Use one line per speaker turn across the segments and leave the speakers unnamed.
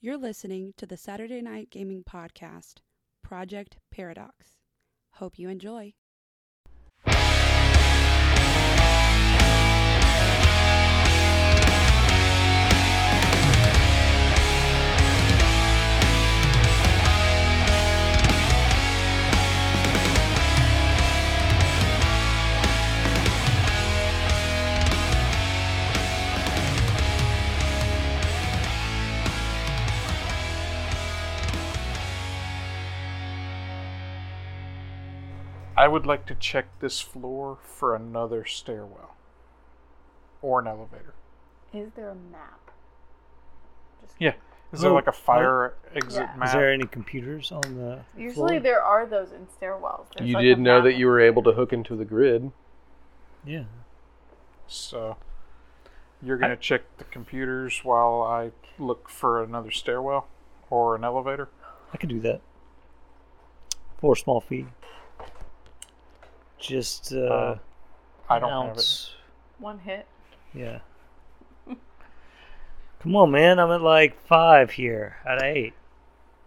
You're listening to the Saturday Night Gaming Podcast, Project Paradox. Hope you enjoy.
I would like to check this floor for another stairwell or an elevator.
Is there a map? Just
Yeah. Is
Oh,
there like a fire exit
Yeah.
map?
Is there any computers on the
Usually
floor?
there are those in stairwells. There's
You
like a
didn't know
map
that you
of-
were able to hook into the grid.
Yeah.
So you're going to check the computers while I look for another stairwell or an elevator?
I could do that. For a small fee. Just uh,
Uh, I don't
an
have it.
ounce.
one hit.
Yeah. Come on, man. I'm at like five here. At eight.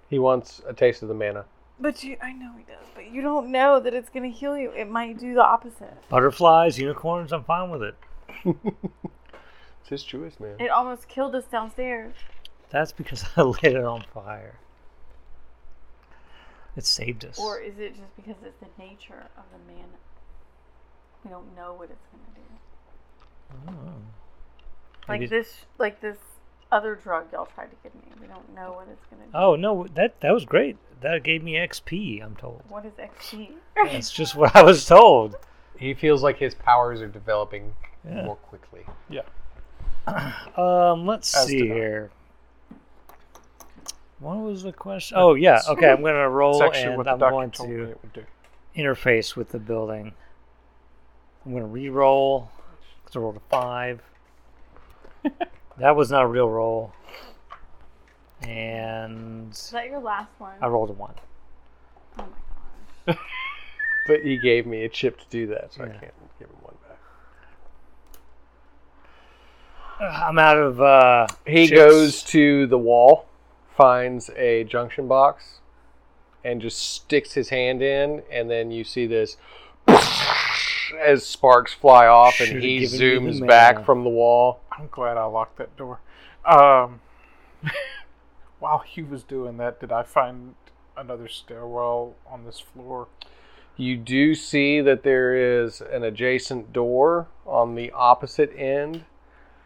He wants a taste of the mana.
But you, I know he does. But you don't know that it's gonna heal you. It might do the opposite.
Butterflies, unicorns, I'm fine with it.
It's his choice, man.
It almost killed us downstairs.
That's because I lit it on fire. It saved us.
Or is it just because it's the nature of the man? We don't know what it's gonna do.
I don't know.
Like
Maybe-
this, like this other drug y'all tried to give me. We don't know what it's gonna do.
Oh no, that that was great. That gave me XP, I'm told.
What is XP?
That's just what I was told.
He feels like his powers are developing
Yeah.
more quickly.
Yeah.
Um, let's
As
see
did I.
here. What was the question? Oh yeah, okay. I'm going to
It's
roll
actually what
and
the
I'm
doctor
going
told me
to
it would do.
interface with the building. I'm going to re-roll because I rolled a five. that was not a real roll, and
Is that your last one?
I rolled a one.
Oh my gosh.
But he gave me a chip to do that, so I
Yeah.
can't give him one back.
Ugh, I'm out of. uh
He
chips.
goes to the wall, finds a junction box, and just sticks his hand in, and then you see this as sparks fly off, and
Should've
he
given you the
zooms back
mana.
from the wall.
I'm glad I locked that door. Um, while he was doing that, did I find another stairwell on this floor?
You do see that there is an adjacent door on the opposite end,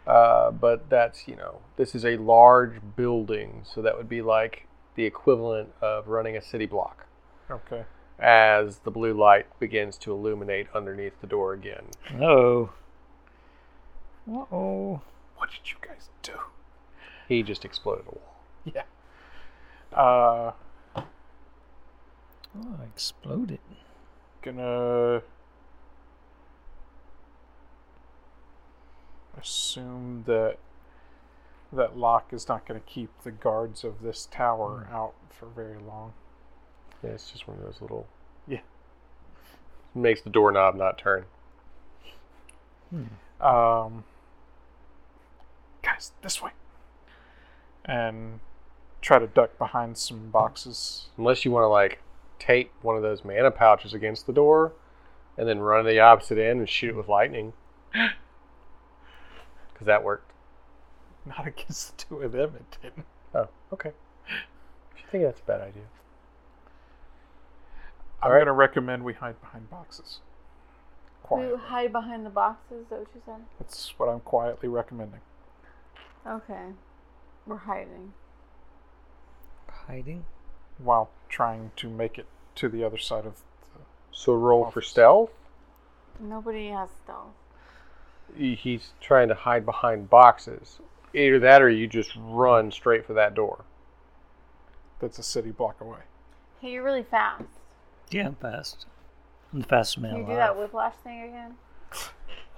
uh, but that's, you know, this is a large building, so that would be like the equivalent of running a city block
Okay.
as the blue light begins to illuminate underneath the door again.
Oh. Uh oh.
What did you guys do?
He just exploded a wall.
Yeah. Uh,
Oh, I exploded.
gonna assume that that lock is not going to keep the guards of this tower out for very long.
Yeah, it's just one of those little.
Yeah.
Makes the doorknob not turn.
Um, guys, this way, and try to duck behind some boxes.
Unless you want to, like, tape one of those mana pouches against the door and then run to the opposite end and shoot it with lightning. Because that worked.
Not against the two of them, it didn't.
Oh, okay. If you think that's a bad idea.
I'm
Alright.
going to recommend we hide behind boxes.
We
Quiet.
hide behind the boxes. Is that what you said?
That's what I'm quietly recommending.
Okay. We're hiding.
Hiding?
while trying to make it to the other side of the
So roll for stealth.
Nobody has stealth.
He- He's trying to hide behind boxes. Either that or you just run straight for that door.
that's a city block away.
Hey, you're really fast.
Yeah, I'm fast. I'm the fastest man
Can you do
alive.
that whiplash thing again?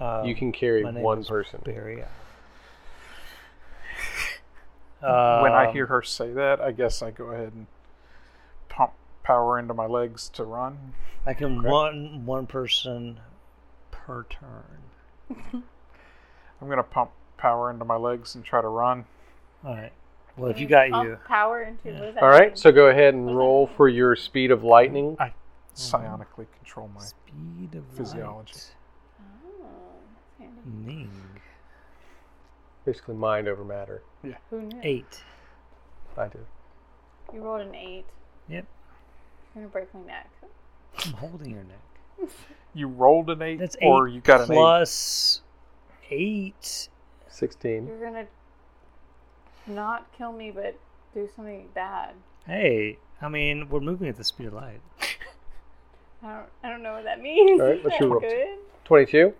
Um,
you can carry
my name
one
is
person.
Barry
when I
Um,
hear her say that, I guess I go ahead and pump power into my legs to run.
Um, I can
Correct.
one one person per turn.
I'm gonna pump power into my legs and try to run.
All right. Well, if
Can
you
we
got
pump
you,
Power into what does that
All right,
mean?
so go ahead and
What does that
roll
mean?
for your speed of lightning.
I
Mm-hmm.
psionically control my.
speed of
Physiology.
light.
Oh, that's handy.
Ning.
Basically, mind over matter.
Who knew?
Eight.
I do.
You rolled an eight.
Yep.
You're gonna break my neck.
I'm holding your neck.
You rolled an eight,
That's eight
or you got an eight.
plus eight.
16.
You're gonna not kill me, but do something bad.
Hey, I mean, we're moving at the speed of light.
I don't. I don't know what that means.
All right, what's your
That's
roll?
good.
22.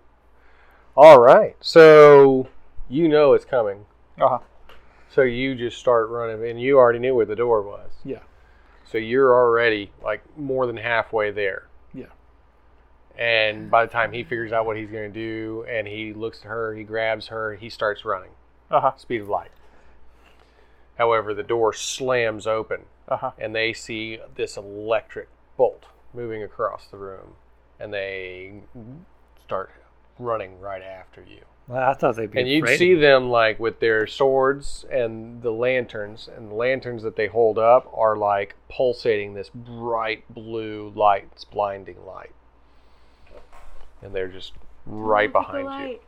All right, so you know it's coming.
Uh-huh.
So you just start running, and you already knew where the door was.
Yeah.
So you're already like more than halfway there.
Yeah.
And by the time he figures out what he's going to do, and he looks at her, he grabs her, he starts running.
Uh huh.
Speed of light. However, the door slams open,
Uh huh.
and they see this electric bolt moving across the room, and they start running right after you.
Well, I thought they'd be.
And you'd
afraid of
see
me.
them like with their swords and the lanterns, and the lanterns that they hold up are like pulsating this bright blue light, this blinding light. And they're just right
Look at the
behind you.
light.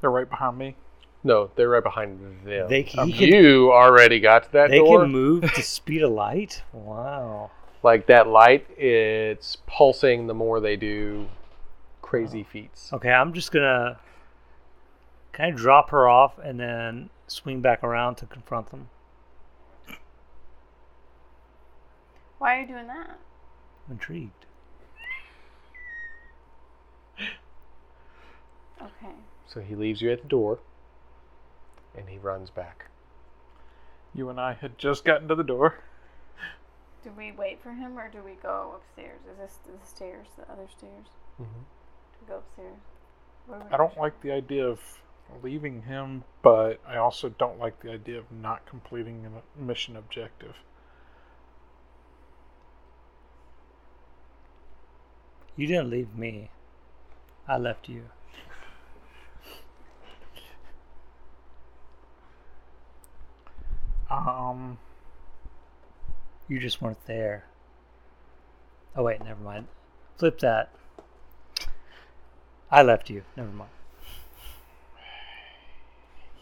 They're right behind me.
No, they're right behind them. Um,
They can- he can-
you already got to that
They
door.
can move to speed of light. Wow.
Like that light, it's pulsing the more they do crazy feats.
Okay, I'm just gonna kind of drop her off and then swing back around to confront them.
Why are you doing that?
I'm intrigued.
Okay.
So he leaves you at the door and he runs back.
You and I had just gotten to the door.
Do we wait for him or do we go upstairs? Is this the stairs, the other stairs? Do we go upstairs? Where are we
Mm-hmm. I don't
going?
like the idea of leaving him, but I also don't like the idea of not completing a mission objective.
You didn't leave me. I left you.
Um,
You just weren't there. Oh wait, never mind. Flip that. I left you. Never mind.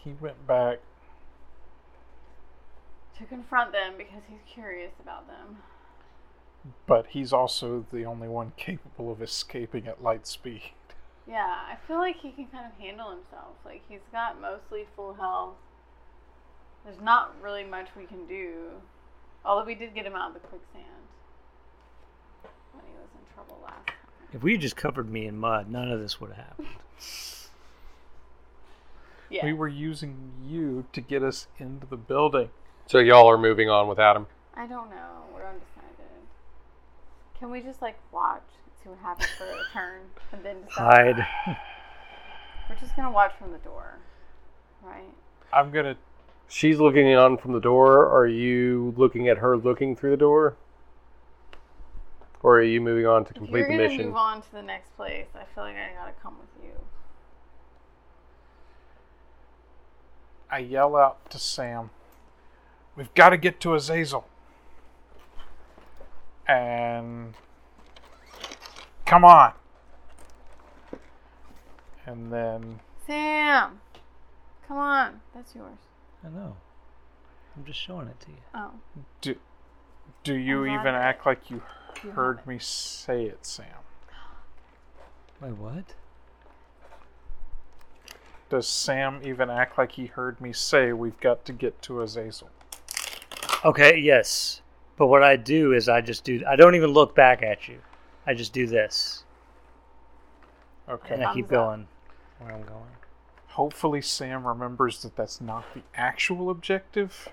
he went back.
to confront them because he's curious about them.
but he's also the only one capable of escaping at light speed.
Yeah, I feel like he can kind of handle himself. Like he's got mostly full health. There's not really much we can do. Although we did get him out of the quicksand when he was in trouble last time.
If we had just covered me in mud, none of this would have happened.
Yeah.
We were using you to get us into the building.
So y'all are moving on without him.
I don't know. We're undecided. Can we just like watch, see what happens for a turn, and then decide?
Hide.
We're just gonna watch from the door, right?
I'm gonna.
She's looking on from the door. Are you looking at her looking through the door? Or are you moving on to
If
complete
you're
the
gonna
mission?
move on to the next place, I feel like I gotta come with you.
I yell out to Sam, "We've got to get to Azazel." And come on. And then
Sam, come on. That's yours.
I know. I'm just showing it to you.
Oh,
do. Do you
I'm glad
even
that-
act like you
you have
heard
it.
me say it, Sam?
Wait, what?
Does Sam even act like he heard me say we've got to get to Azazel?
Okay, yes. But what I do is I just do I don't even look back at you. I just do this.
Okay.
And I keep
Thumbs up.
going where I'm going.
Hopefully, Sam remembers that that's not the actual objective.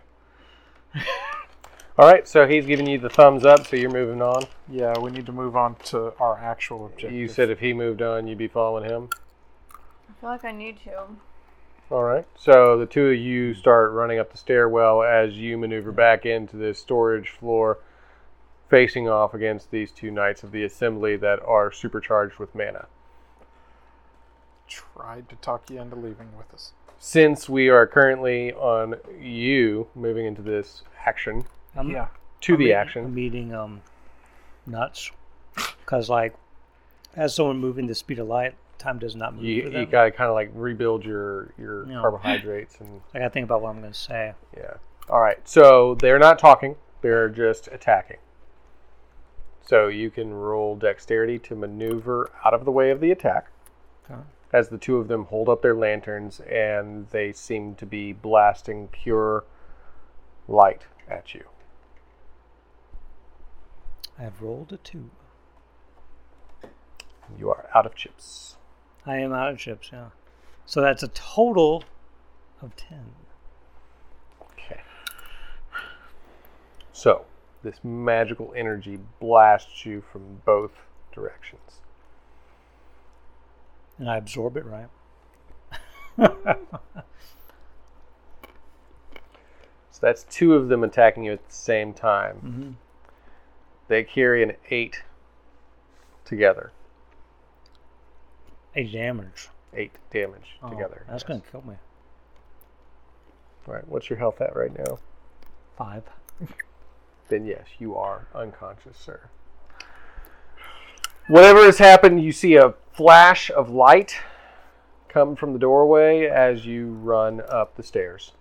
All right, so he's giving you the thumbs up, so you're moving on.
Yeah, we need to move on to our actual objective.
You said if he moved on, you'd be following him.
I feel like I need to.
All right. So the two of you start running up the stairwell as you maneuver back into the storage floor, facing off against these two knights of the assembly that are supercharged with mana.
tried to talk you into leaving with us.
since we are currently on you moving into this action
I'm,
yeah.
to the
I'm eating-
action.
I'm eating um, nuts because like as someone moving the speed of light, time does not move.
You,
for
you
them.
gotta kind of like rebuild your your
Yeah.
carbohydrates and
I gotta think about what I'm gonna say.
yeah. All right, so they're not talking; they're just attacking. So you can roll dexterity to maneuver out of the way of the attack,
Okay.
as the two of them hold up their lanterns and they seem to be blasting pure light at you.
I have rolled a two.
You are out of chips.
I am out of chips. Yeah, so that's a total of ten.
Okay. So, this magical energy blasts you from both directions.
and I absorb it, right?
So, that's two of them attacking you at the same time.
Mhm.
They carry an eight together,
Eight damage.
eight damage
Oh,
together.
That's
yes.
gonna kill me.
All right, what's your health at right now?
Five.
Then, yes, you are unconscious, sir. Whatever has happened, you see a flash of light come from the doorway as you run up the stairs.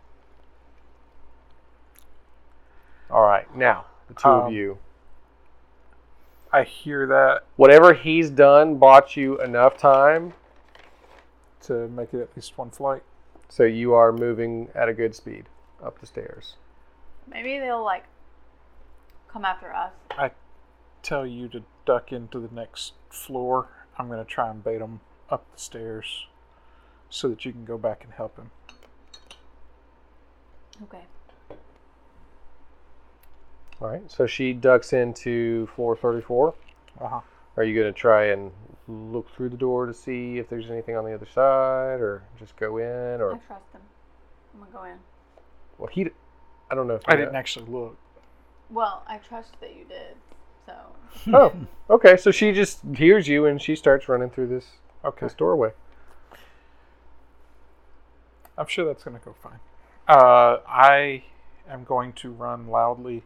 All right, now, the two of
Um,
you.
I hear that
Whatever he's done bought you enough time,
to make it at least one flight.
so you are moving at a good speed up the stairs.
Maybe they'll like come after us.
Tell you to duck into the next floor. I'm gonna try and bait him up the stairs, so that you can go back and help him.
Okay.
All right, so she ducks into floor 34.
Uh huh.
Are you going to try and look through the door to see if there's anything on the other side, or just go in,
I
or
trust them. I'm gonna go in.
well, he? I don't know. If
I
he-
didn't actually look.
Well, I trust that you did. So
Oh, okay. So she just hears you, and she starts running through this
Okay.
this doorway.
I'm sure that's gonna go fine. Uh, I am going to run loudly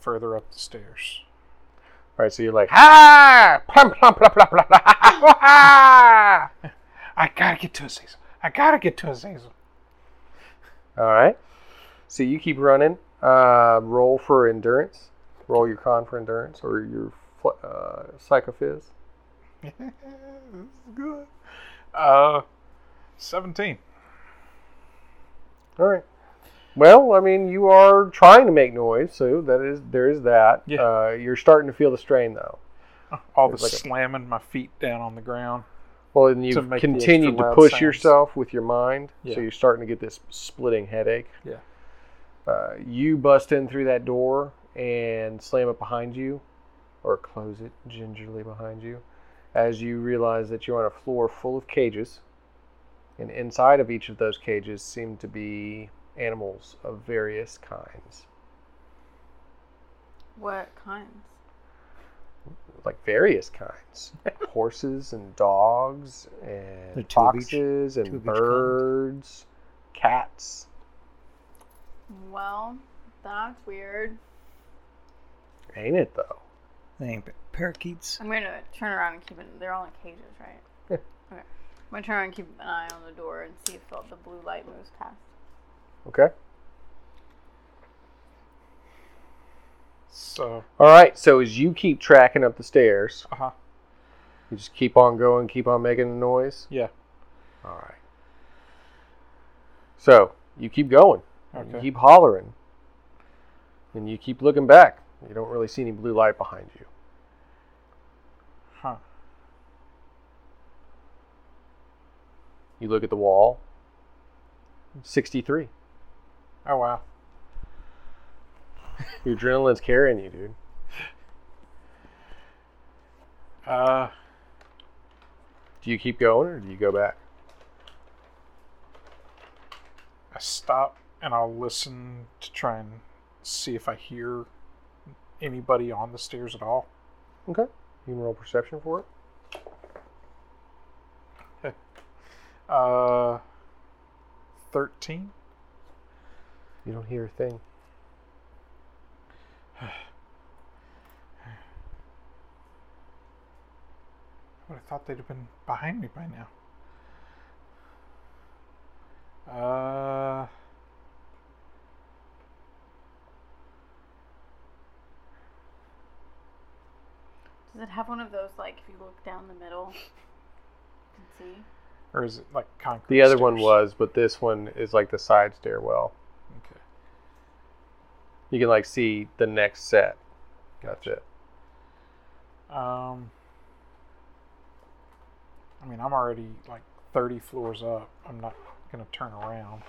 further up the stairs.
All right, so you're like, ah, plum, plum, plum, plum, plum, plum, ah!
I gotta get to Azazel. I gotta get to Azazel.
All right. So you keep running. Uh, roll for endurance. Roll your con for endurance or your fl- uh, psychophys.
this is good. Uh, seventeen.
All right. Well, I mean, you are trying to make noise, so that is there is that.
Yeah.
Uh, you're starting to feel the strain, though.
All the
It's like a-
slamming my feet down on the ground.
Well, and
To
you've
make the
continued
extra
to
loud
push
sounds.
yourself with your mind,
Yeah.
so you're starting to get this splitting headache.
Yeah.
Uh, you bust in through that door and slam it behind you, or close it gingerly behind you, as you realize that you're on a floor full of cages, and inside of each of those cages seem to be animals of various kinds.
what kinds?
like various kinds horses and dogs and
The two of each-
foxes
two
and
of each kind.
birds cats
Well, that's weird.
ain't it though
Thing parakeets.
I'm gonna turn around and keep it. They're all in cages, right?
Yeah.
Okay. I'm gonna turn around and keep an eye on the door and see if the, the blue light moves past.
okay
So,
all right so as you keep tracking up the stairs
uh huh.
you just keep on going keep on making the noise
Yeah.
all right so you keep going and you
Okay.
keep hollering and you keep looking back you don't really see any blue light behind you
Huh.
you look at the wall 63
Oh wow.
your adrenaline's carrying you dude
Uh,
do you keep going or do you go back
I stop and I'll listen to try and see if I hear anybody on the stairs at all.
Okay. You can roll perception for it.
Uh, 13.
You don't hear a thing.
I would have thought they'd have been behind me by now. Uh.
Does it have one of those like if you look down the middle, you can see?
Or is it like concrete?
The other one
stairs?
was, but this one is like the side stairwell.
Okay.
You can like see the next set. That's it.
Um, I mean, I'm already like 30 floors up. I'm not going to turn around.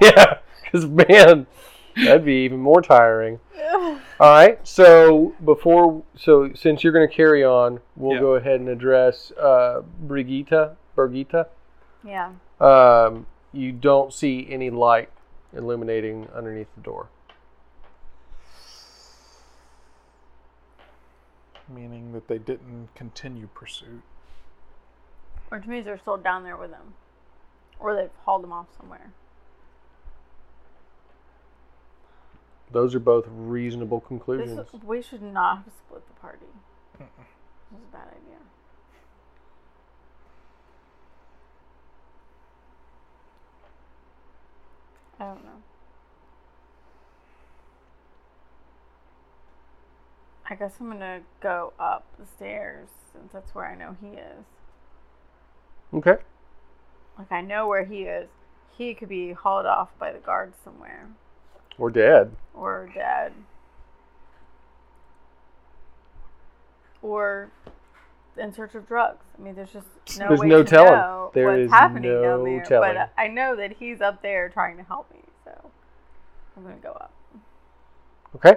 Yeah, because man, that'd be even more tiring. All right, so before, so since you're going to carry on, we'll
Yeah.
go ahead and address uh, Brigitta. Brigitta,
Yeah.
um, you don't see any light illuminating underneath the door.
Meaning that they didn't continue pursuit.
Which means they're still down there with them. Or they've hauled them off somewhere.
Those are both reasonable
This
conclusions.
is- we should not have split the party. This is a bad idea. I don't know. I guess I'm gonna go up the stairs since that's where I know he is.
Okay.
Like I know where he is. He could be hauled off by the guards somewhere.
We're dead.
or dad or in search of drugs. I mean, there's just no
There's
way
no
to
telling.
know
There
what's
is
happening down
no
there.
telling.
But I know that he's up there trying to help me, so I'm gonna go up.
Okay.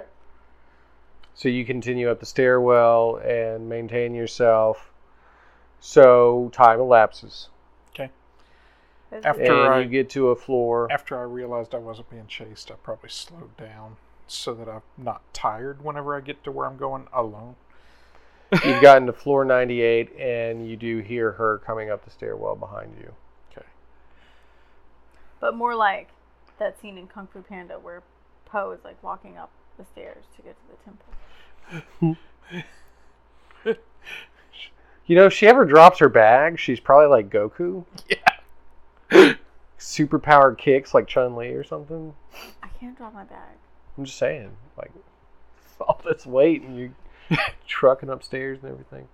So you continue up the stairwell and maintain yourself. So time elapses.
This is-
After
and
I-
you get to a floor.
After I realized I wasn't being chased, I probably slowed down so that I'm not tired whenever I get to where I'm going alone.
You've gotten to floor 98, and you do hear her coming up the stairwell behind you.
Okay.
but more like that scene in Kung Fu Panda where Poe is like walking up the stairs to get to the temple.
You know, if she ever drops her bag, she's probably like Goku. Yeah. Superpower kicks like Chun Li or something.
I can't drop my bag.
I'm just saying, like all this weight and you trucking upstairs and everything.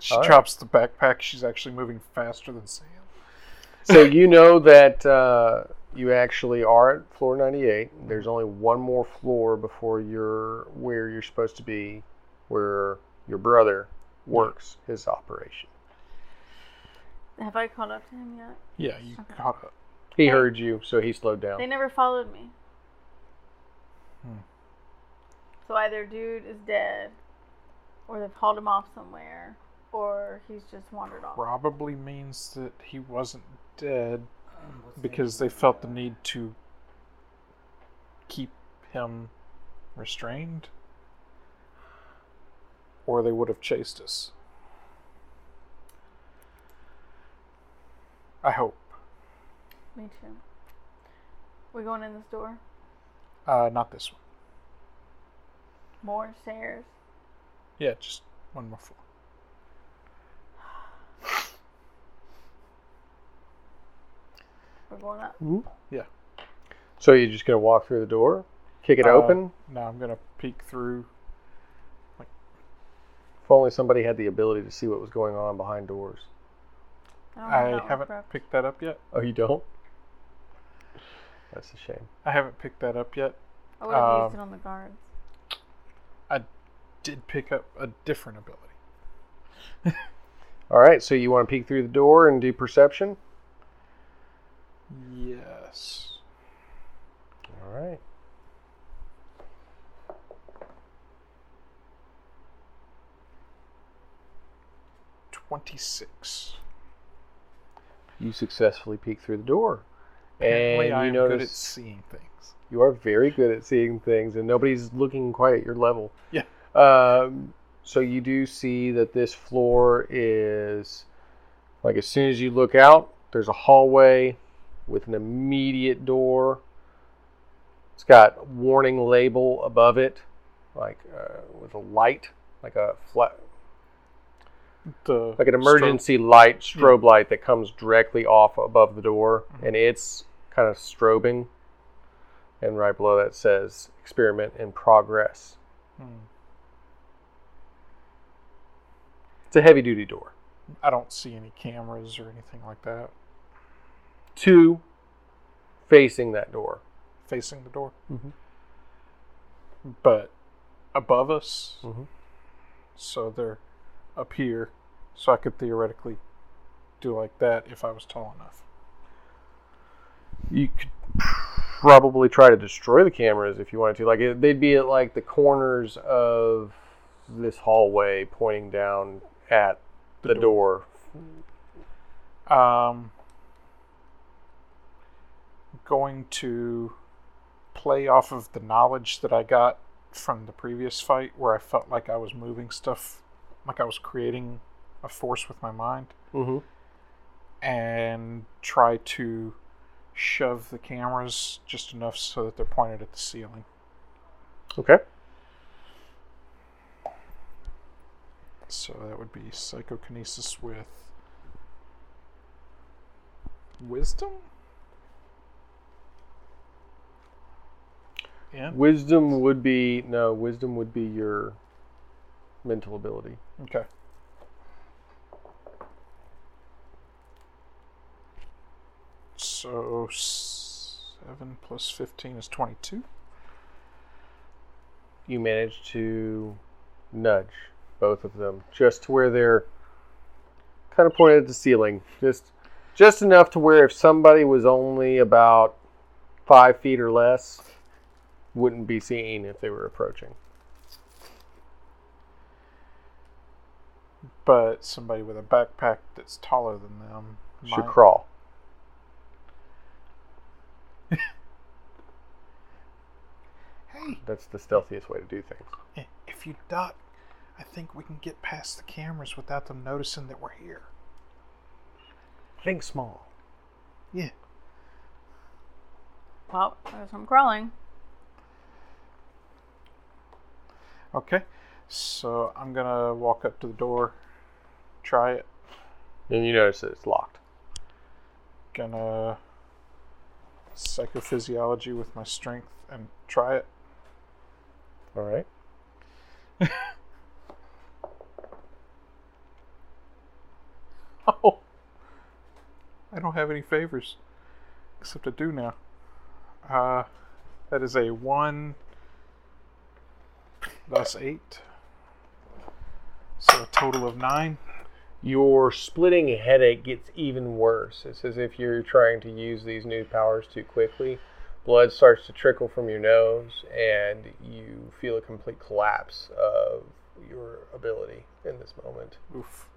She
All right.
drops the backpack. She's actually moving faster than Sam.
So you know that uh, you actually are at floor 98. There's only one more floor before you're where you're supposed to be, where your brother works his operation.
Have I caught up to him yet?
Yeah, you
Okay.
caught up.
He heard you, so he slowed down.
They never followed me.
Hmm.
So either dude is dead, or they've hauled him off somewhere, or he's just wandered off.
Probably means that he wasn't dead because they felt the need to keep him restrained, or they would have chased us. I hope.
Me too. We going in this door?
Uh, not this one.
More stairs.
Yeah, just one more floor.
We're going up.
Yeah.
So you're just gonna walk through the door, kick it
Uh,
open.
Now I'm gonna peek through.
If only somebody had the ability to see what was going on behind doors.
don't have Oh, that
I
one
haven't
prepped.
picked that up yet.
Oh, you don't? That's a shame.
I haven't picked that up yet.
I would have used
um,
it on the guards.
Did pick up a different ability.
All right, so you want to peek through the door and do perception?
Yes.
All right.
Twenty-six.
You successfully peek through the door,
Apparently,
and
I
you
am good at
notice
seeing things.
you are very good at seeing things, and nobody's looking quite at your level.
Yeah.
Um, so you do see that this floor is like as soon as you look out, there's a hallway with an immediate door. It's got warning label above it, like uh, with a light, like a flat,
The
like an emergency light, strobe light that comes directly off above the door, and it's kind of strobing. And right below that says "Experiment in Progress."
strobe- Hmm.
It's a heavy-duty door.
I don't see any cameras or anything like that
Two facing that door.
facing the door.
Mhm.
But above us,
Mhm.
so they're up here, so I could theoretically do like that if I was tall enough.
you could probably try to destroy the cameras if you wanted to. Like it, they'd be at like the corners of this hallway, pointing down at the, door.
Um, going to play off of the knowledge that I got from the previous fight where I felt like I was moving stuff, like I was creating a force with my mind,
Mm-hmm.
and try to shove the cameras just enough so that they're pointed at the ceiling.
Okay.
So that would be psychokinesis with wisdom? Yeah.
Wisdom would be no. Wisdom would be your mental ability.
Okay. So seven plus fifteen is twenty-two.
You manage to nudge both of them just to where they're kind of pointed at the ceiling, just just enough to where if somebody was only about five feet or less, wouldn't be seen if they were approaching.
But somebody with a backpack that's taller than them
Should
might-
crawl.
Hey,
That's the stealthiest way to do things.
i- Eh, if you duck, I think we can get past the cameras without them noticing that we're here.
Think small.
Yeah. uh,
Well, there's some crawling.
Okay. So I'm gonna walk up to the door, try it.
And you notice that it's locked.
Gonna psychophysiology with my strength and try it.
All right.
Oh, I don't have any favors, except I do now. Uh, that is a one plus eight, so a total of nine.
Your splitting headache gets even worse. It's as if you're trying to use these new powers too quickly. Blood starts to trickle from your nose, and you feel a complete collapse of your ability in this moment.
Oof.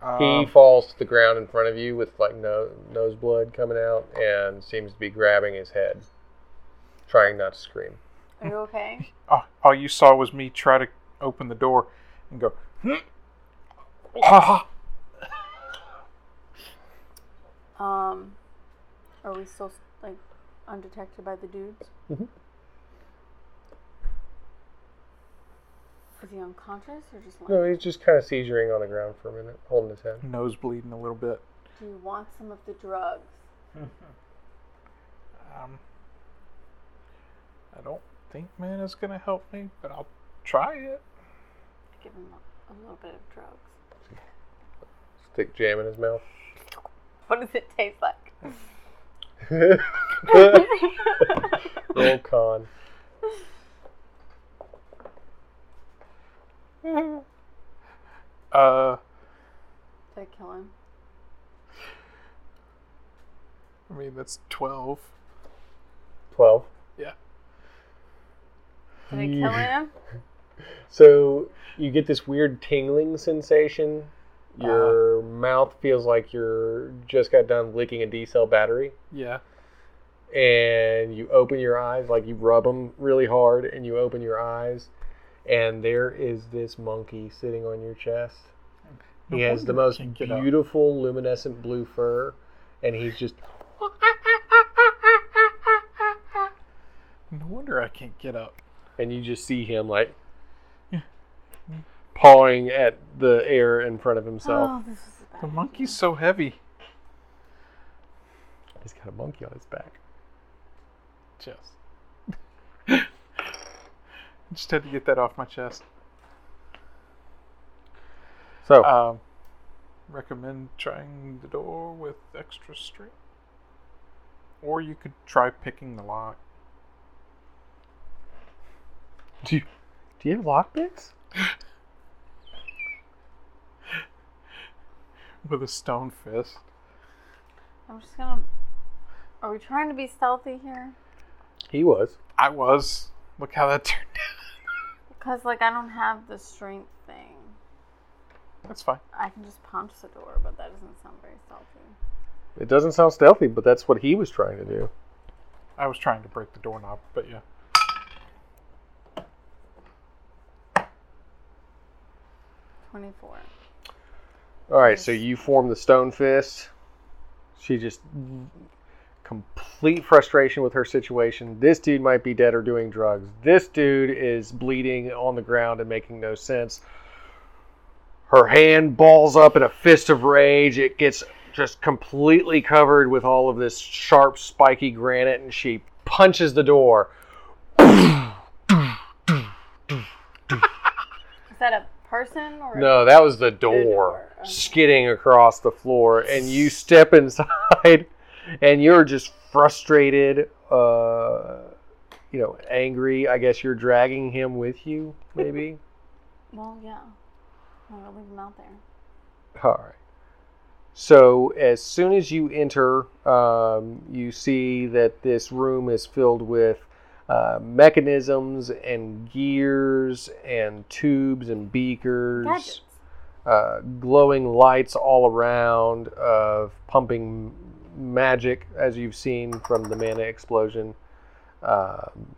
he
Um,
falls to the ground in front of you with like no, nose blood coming out and seems to be grabbing his head, trying not to scream.
Are you okay?
all, all you saw was me try to open the door and go. "Hmm." Ah.
Um, are we still like undetected by the dudes?
Mhm.
Is he unconscious or just like?
No, he's just kind of seizuring on the ground for a minute, holding his head.
Nose bleeding a little bit.
Do you want some of the drugs?
Um, I don't think Mana's gonna help me, but I'll try it.
Give him a, a little bit of drugs.
Stick jam in his mouth.
What does it taste like?
Roll con.
Uh,
Did I kill him?
I mean that's twelve.
12.
Did I kill him?
So you get this weird tingling sensation. Your
Uh-huh.
mouth feels like you're just got done licking a D cell battery.
Yeah.
and you open your eyes, like you rub them really hard, and you open your eyes, and there is this monkey sitting on your chest. He
No
has the
wonder I
most
can't get up.
beautiful luminescent blue fur, and he's just
No wonder I can't get up.
and you just see him like pawing at the air in front of himself.
Oh, this is a bad
The monkey's so heavy.
He's got a monkey on his back.
Just. Just had to get that off my chest.
So
Um, recommend trying the door with extra string. Or you could try picking the lock.
do you, do you have lockpicks?
with a stone fist.
I'm just gonna. Are we trying to be stealthy here?
He was.
I was. Look how that turned
Because like I don't have the strength thing.
out. That's fine.
I can just punch the door, but that doesn't sound very stealthy.
It doesn't sound stealthy, but that's what he was trying to do.
I was trying to break the doorknob, but yeah.
Twenty-four.
All right, so you form the stone fist. She just complete frustration with her situation. This dude might be dead or doing drugs. This dude is bleeding on the ground and making no sense. Her hand balls up in a fist of rage. It gets just completely covered with all of this sharp, spiky granite, and she punches the door.
Is that a person or?
No, that was the door
door, okay.
skidding across the floor, and you step inside, and you're just frustrated, uh, you know, angry. I guess you're dragging him with you, maybe.
Well, yeah. I'm gonna leave them out there.
All right. So as soon as you enter, um, you see that this room is filled with uh, mechanisms and gears and tubes and beakers.
Gadgets.
uh, glowing lights all around of pumping magic, as you've seen from the mana explosion. Um,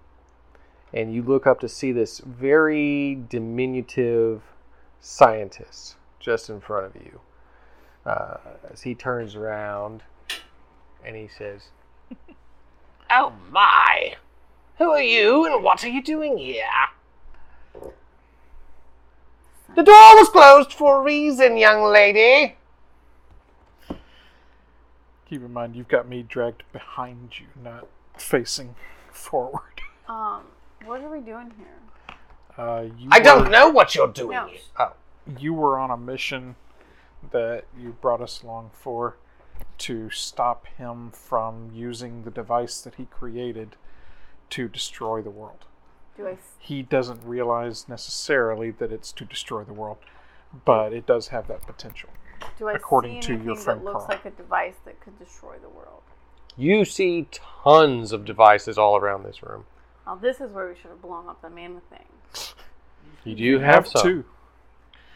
and you look up to see this very diminutive scientist just in front of you. Uh, as he turns around and he says,
Oh my! Who are you and what are you doing here? The door was closed for a reason, young lady.
Keep in mind, you've got me dragged behind you, not facing forward.
Um, what are we doing here?
Uh, you
I don't
were-
know what you're doing.
No.
here. Oh.
You were on a mission that you brought us along for to stop him from using the device that he created to destroy the world.
Do I? s-
He doesn't realize necessarily that it's to destroy the world, but it does have that potential.
Do I
According
see
to your
anything
friend
that looks
Carl.
like a device that could destroy the world?
You see tons of devices all around this room.
Now this is where we should have blown up the mana thing.
You do have, some.
two.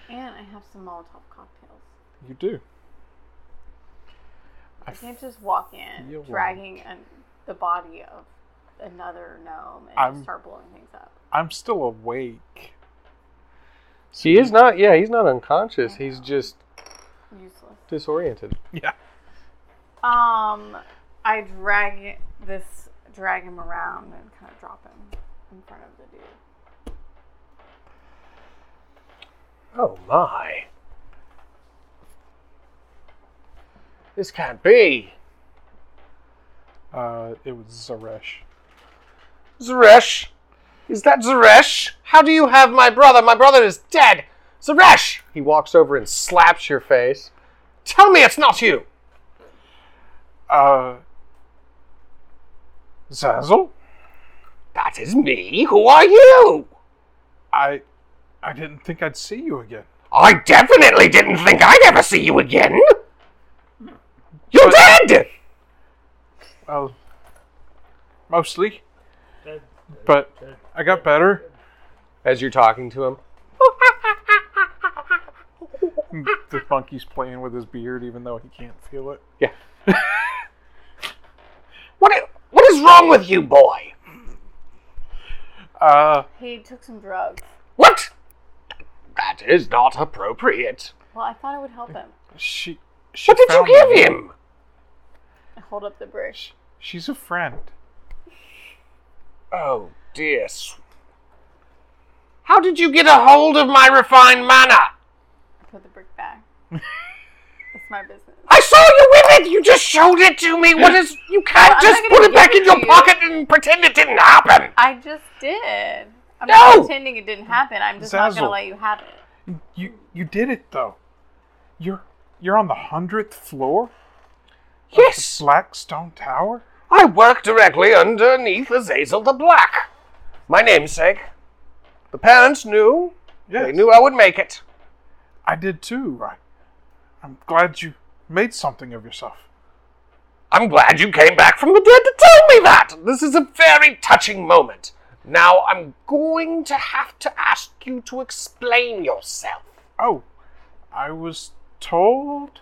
And I have some Molotov cocktails.
You do. I
I can't just walk in
feel
dragging an, the body of another gnome and
I'm-
just start blowing things up.
I'm still awake.
He is not, yeah, he's not unconscious. He's just
Useless.
disoriented.
Yeah.
Um, I drag it- this, drag him around and kind of drop him in front of the dude.
Oh my.
This can't be.
Uh, it was Zeresh.
Zeresh? Is that Zeresh? How do you have my brother? My brother is dead. Zeresh!
He walks over and slaps your face.
Tell me it's not you!
Uh, Zazzle?
That is me. Who are you?
I, I didn't think I'd see you again.
I definitely didn't think I'd ever see you again. You're dead!
Well, mostly. But I got better.
As you're talking to him,
The monkey's playing with his beard, even though he can't feel it.
What, i- what is wrong with you, boy?
Uh,
He took some drugs.
What? That is not appropriate.
Well, I thought it would help him.
she. she
What did you
found
give
me.
him?
hold up the brush.
She's a friend.
Oh, dear. s- How did you get a hold of my refined manner?
I put the brick back. It's my business.
I saw you with it! You just showed it to me! What is. You can't
Well, I'm
just
not
put
gonna
it back
give
in
it
your
to you.
pocket and pretend it didn't happen!
I just did. I'm
No!
not pretending it didn't happen. I'm just not
Zazzle.
gonna let you have it.
You you did it though. You're you're on the hundredth floor of the
Yes!
Blackstone Tower.
I work directly underneath Azazel the Black. My namesake. The parents knew. They
Yes.
knew I would make it.
I did too. I, I'm glad you made something of yourself.
I'm glad you came back from the dead to tell me that. This is a very touching moment. Now I'm going to have to ask you to explain yourself.
Oh, I was told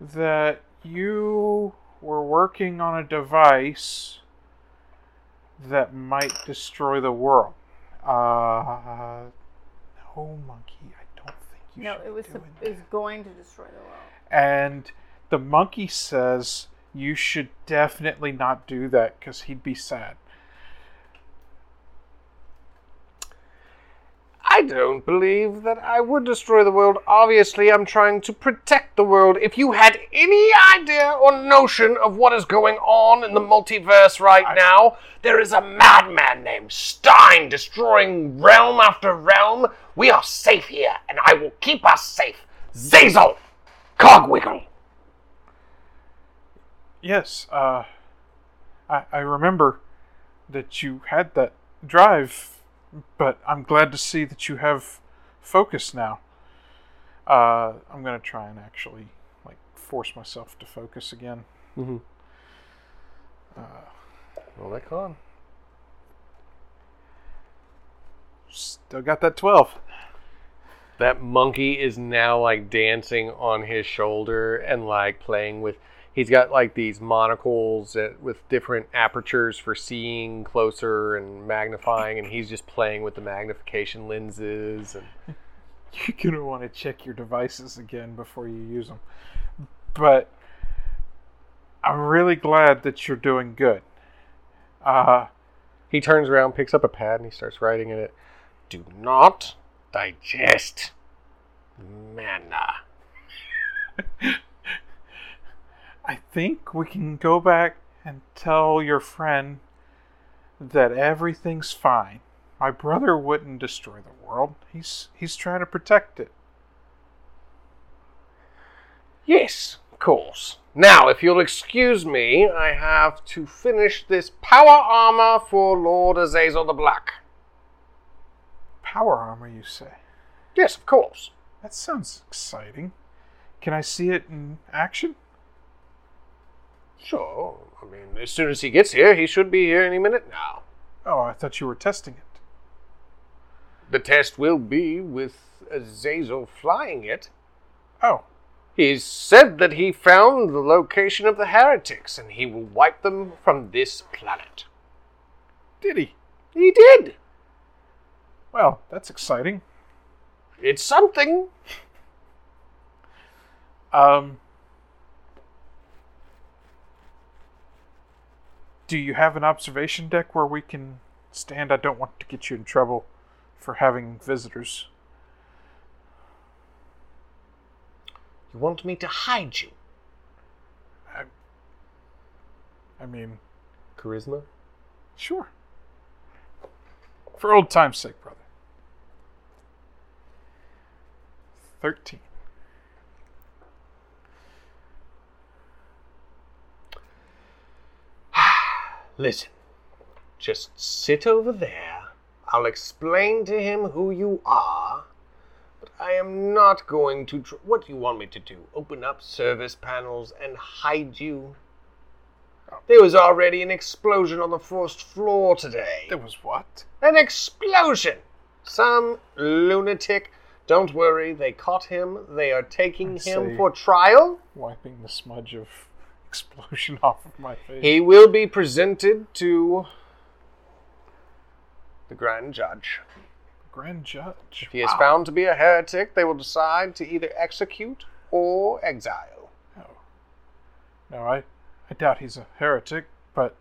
that you were working on a device that might destroy the world. Uh, no, monkey. I don't think you.
No,
should be
it was
doing
it was going to destroy the world.
and the monkey says you should definitely not do that because he'd be sad.
I don't believe that I would destroy the world. Obviously, I'm trying to protect the world. If you had any idea or notion of what is going on in the multiverse right now, there is a madman named Stein destroying realm after realm. We are safe here, and I will keep us safe. Zazel! Cogwiggle!
Yes, uh, I, I remember that you had that drive, but I'm glad to see that you have focus now. Uh, I'm gonna try and actually like force myself to focus again.
Mm-hmm. Roll that con.
Still got that twelve.
That monkey is now like dancing on his shoulder and like playing with. He's got like these monocles that, with different apertures for seeing closer and magnifying, and he's just playing with the magnification lenses. And
you're gonna want to check your devices again before you use them. But I'm really glad that you're doing good. Uh,
he turns around, picks up a pad, and he starts writing in it.
Do not digest manna.
I think we can go back and tell your friend that everything's fine. My brother wouldn't destroy the world. He's he's trying to protect it.
Yes, of course. Now, if you'll excuse me, I have to finish this power armor for Lord Azazel the Black.
Power armor, you say?
Yes, of course.
That sounds exciting. Can I see it in action?
Sure. I mean, as soon as he gets here, he should be here any minute now.
Oh, I thought you were testing it.
The test will be with Azazel flying it.
Oh,
He said that he found the location of the heretics and he will wipe them from this planet.
did he?
He did!
Well, that's exciting.
It's something.
Um, do you have an observation deck where we can stand? I don't want to get you in trouble for having visitors.
You want me to hide you?
I mean,
Charisma.
sure. For old time's sake, brother. 13.
Listen, just sit over there. I'll explain to him who you are. But I am not going to. Tr- what do you want me to do? Open up service panels and hide you? There was already an explosion on the first floor today.
There was what?
An explosion! Some lunatic. Don't worry, they caught him. They are taking
I
him
see.
for trial.
Wiping the smudge of explosion off of my face.
He will be presented to the grand judge.
Grand Judge.
If he is found to be a heretic, they will decide to either execute or exile.
Oh. No, I I doubt he's a heretic, but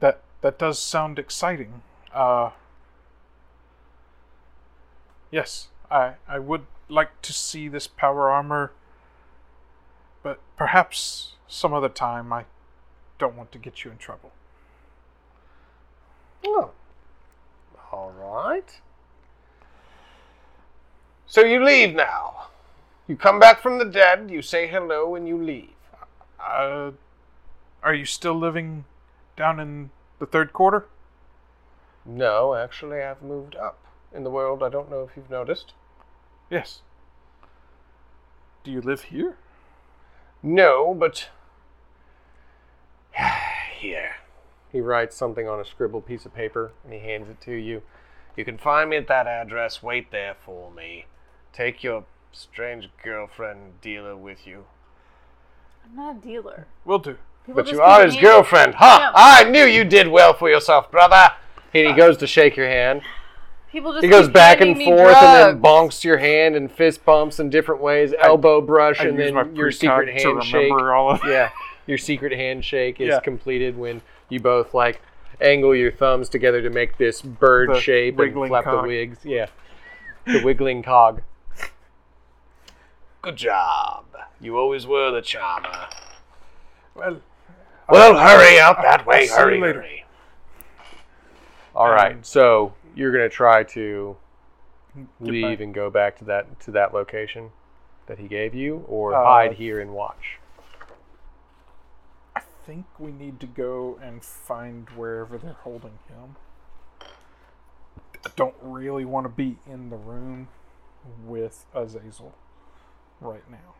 that that does sound exciting. Uh, yes, I I would like to see this power armor, but perhaps some other time. I don't want to get you in trouble.
Oh. All right. So you leave now. You come back from the dead, you say hello, and you leave.
Uh, are you still living down in the third quarter?
No, actually, I've moved up in the world. I don't know if you've noticed.
Yes. Do you live here?
No, but. Here. He writes something on a scribbled piece of paper and he hands it to you. You can find me at that address. Wait there for me. Take your strange girlfriend dealer with you.
I'm not a dealer.
Will do.
People
But
just
you are
keep
his
handing-
girlfriend,
Yeah.
huh? I knew you did well for yourself, brother. And
Uh,
he goes to shake your hand.
People just
He goes
keep
back and
handing me
forth and then
drugs.
bonks your hand and fist bumps in different ways, elbow brush, and
use
then your secret
precog to
handshake.
remember all of
yeah, your secret handshake is
Yeah.
completed when you both like angle your thumbs together to make this bird
The
shape and
wiggling
flap
cog.
the wigs. Yeah, the wiggling cog. Good job. You always were the charmer.
Well,
Well, hurry out that way.
I'll see you
hurry,
later.
hurry. All right,
And-
so you're gonna try to
Get
leave
back.
and go back to that to that location that he gave you, or
Uh,
hide here and watch.
I think we need to go and find wherever they're holding him. I don't really want to be in the room with Azazel right now.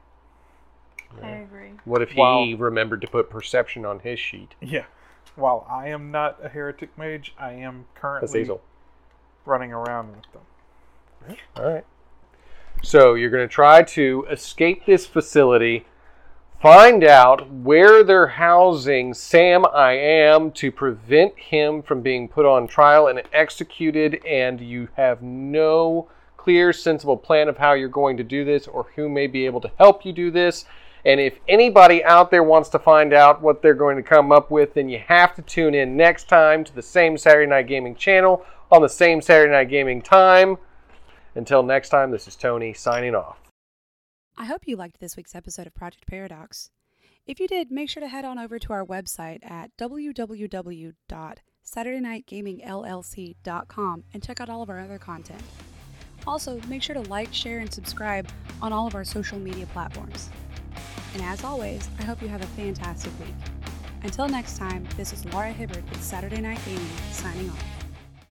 I agree.
What if he
Wow.
remembered to put perception on his sheet?
Yeah. While I am not a heretic mage, I am currently
Azazel.
running around with them.
All right. So you're going to try to escape this facility, find out where they're housing Sam I Am to prevent him from being put on trial and executed, and you have no clear, sensible plan of how you're going to do this or who may be able to help you do this. And if anybody out there wants to find out what they're going to come up with, then you have to tune in next time to the same Saturday Night Gaming channel on the same Saturday Night Gaming time. Until next time, this is Tony signing off.
I hope you liked this week's episode of Project Paradox. If you did, make sure to head on over to our website at www.saturdaynightgamingllc.com and check out all of our other content. Also, make sure to like, share, and subscribe on all of our social media platforms. And as always, I hope you have a fantastic week. Until next time, this is Laura Hibbert with Saturday Night Gaming signing off.